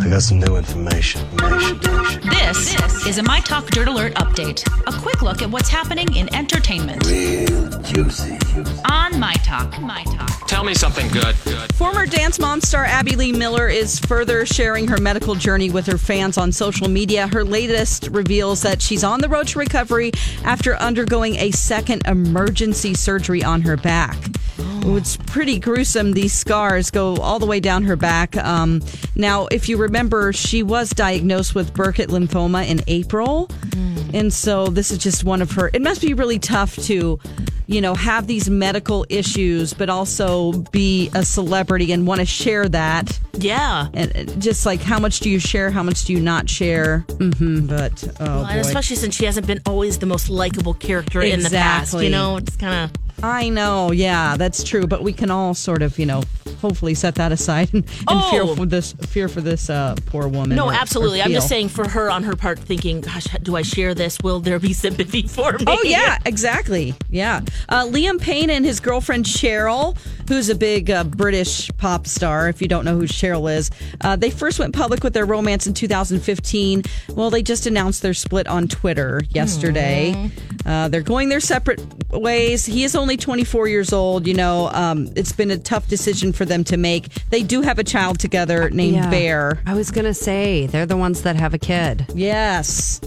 I got some new information. information, information. This, is a My Talk Dirt Alert update. A quick look at what's happening in entertainment Real juicy. on My Talk. My Talk. Tell me something good. Former Dance Mom star Abby Lee Miller is further sharing her medical journey with her fans on social media. Her latest reveals that she's on the road to recovery after undergoing a second emergency surgery on her back. It's pretty gruesome. These scars go all the way down her back. Um, now, if you remember, she was diagnosed with Burkitt lymphoma in April. And so this is just one of her. It must be really tough to, you know, have these medical issues, but also be a celebrity and want to share that. Yeah. And uh, just like how much do you share? How much do you not share? hmm But oh And boy. especially since she hasn't been always the most likable character in the past, Exactly. you know, it's kind of I know. Yeah, that's true. But we can all sort of, you know, hopefully set that aside and, and fear Oh. for this fear for this uh, poor woman. no, or- or absolutely. I'm just feel. saying for her on her part, thinking, gosh, do I share this? Will there be sympathy for me? Oh yeah, exactly. Yeah, uh, Liam Payne and his girlfriend Cheryl, who's a big uh, British pop star. If you don't know who Cheryl is, uh, they first went public with their romance in 2015. Well, they just announced their split on Twitter yesterday. Uh, they're going their separate ways. He is only 24 years old. You know, um, it's been a tough decision for them to make. They do have a child together named Yeah. Bear. I was gonna say they're the ones that have a kid. Yes,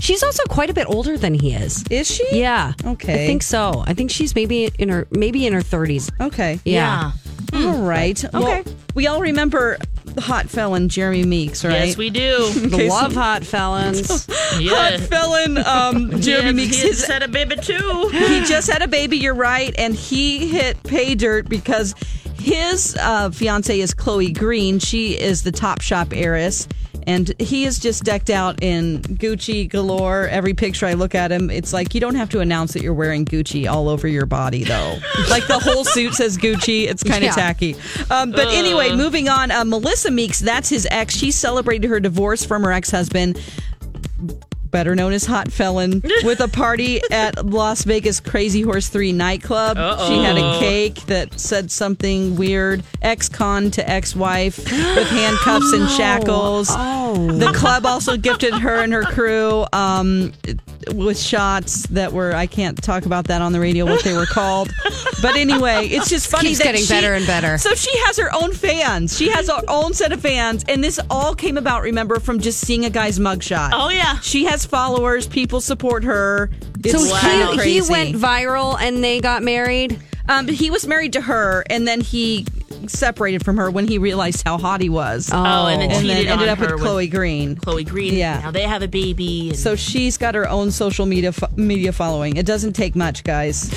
She's also quite a bit older than he is. is she? Yeah. Okay. Oh, I think so. I think she's maybe in her maybe in her thirties. Okay. Yeah. Yeah. All right. Okay. Okay. Hmm. we all remember the hot felon Jeremy Meeks, right? Yes, we do. The Okay, so- love hot felons. Hot yeah. felon um, Jeremy yeah, Meeks. he His, Oh, said a baby too. he just had a baby. You're right, and he hit pay dirt because his uh, fiance is Chloe Green. She is the Top Shop heiress. And he is just decked out in Gucci galore. Every picture I look at him, it's like you don't have to announce that you're wearing Gucci all over your body, though. like the whole suit says Gucci. It's kind of Yeah. tacky. Um, but anyway, moving on. Uh, Melissa Meeks, that's his ex. She celebrated her divorce from her ex husband better known as Hot Felon, with a party at Las Vegas Crazy Horse 3 nightclub. She had a cake that said something weird ex con to ex wife with handcuffs and shackles. The club also gifted her and her crew um, with shots that were, I can't talk about that on the radio, what they were called. But anyway, it's just funny Keeps that getting she- better and better. so she has her own fans. She has her own set of fans. And this all came about, remember, from just seeing a guy's mugshot. Oh, yeah. She has followers. People support her. It's So kinda he, he crazy. went viral and they got married. Um, but he was married to her, and then he separated from her when he realized how hot he was. Oh, and then and then cheated ended on up her with Chloe Green. Chloe Green. Yeah. Now they have a baby. And So she's got her own social media fo- media following. It doesn't take much, guys.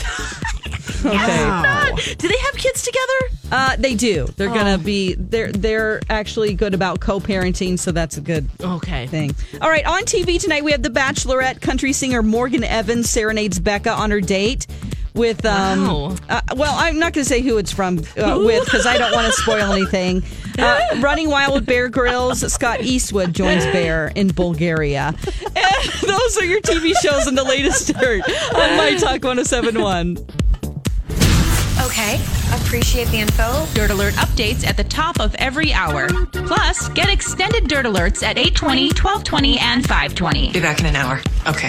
okay. do they have kids together? Oh. Uh, they do. They're gonna be. They're they're actually good about co-parenting, so that's a good Okay. thing. All right, on TV tonight we have The Bachelorette. Country singer Morgan Evans serenades Becca on her date with. Um, Wow. uh, well, I'm not going to say who it's from uh, with because I don't want to spoil anything. Uh, Running Wild with Bear Grylls. Scott Eastwood joins Bear in Bulgaria. And those are your TV shows and the latest dirt on My Talk 1071. Okay, appreciate the info. Dirt Alert updates at the top of every hour. Plus, get extended Dirt Alerts at 820, 1220, and 520. Be back in an hour. Okay.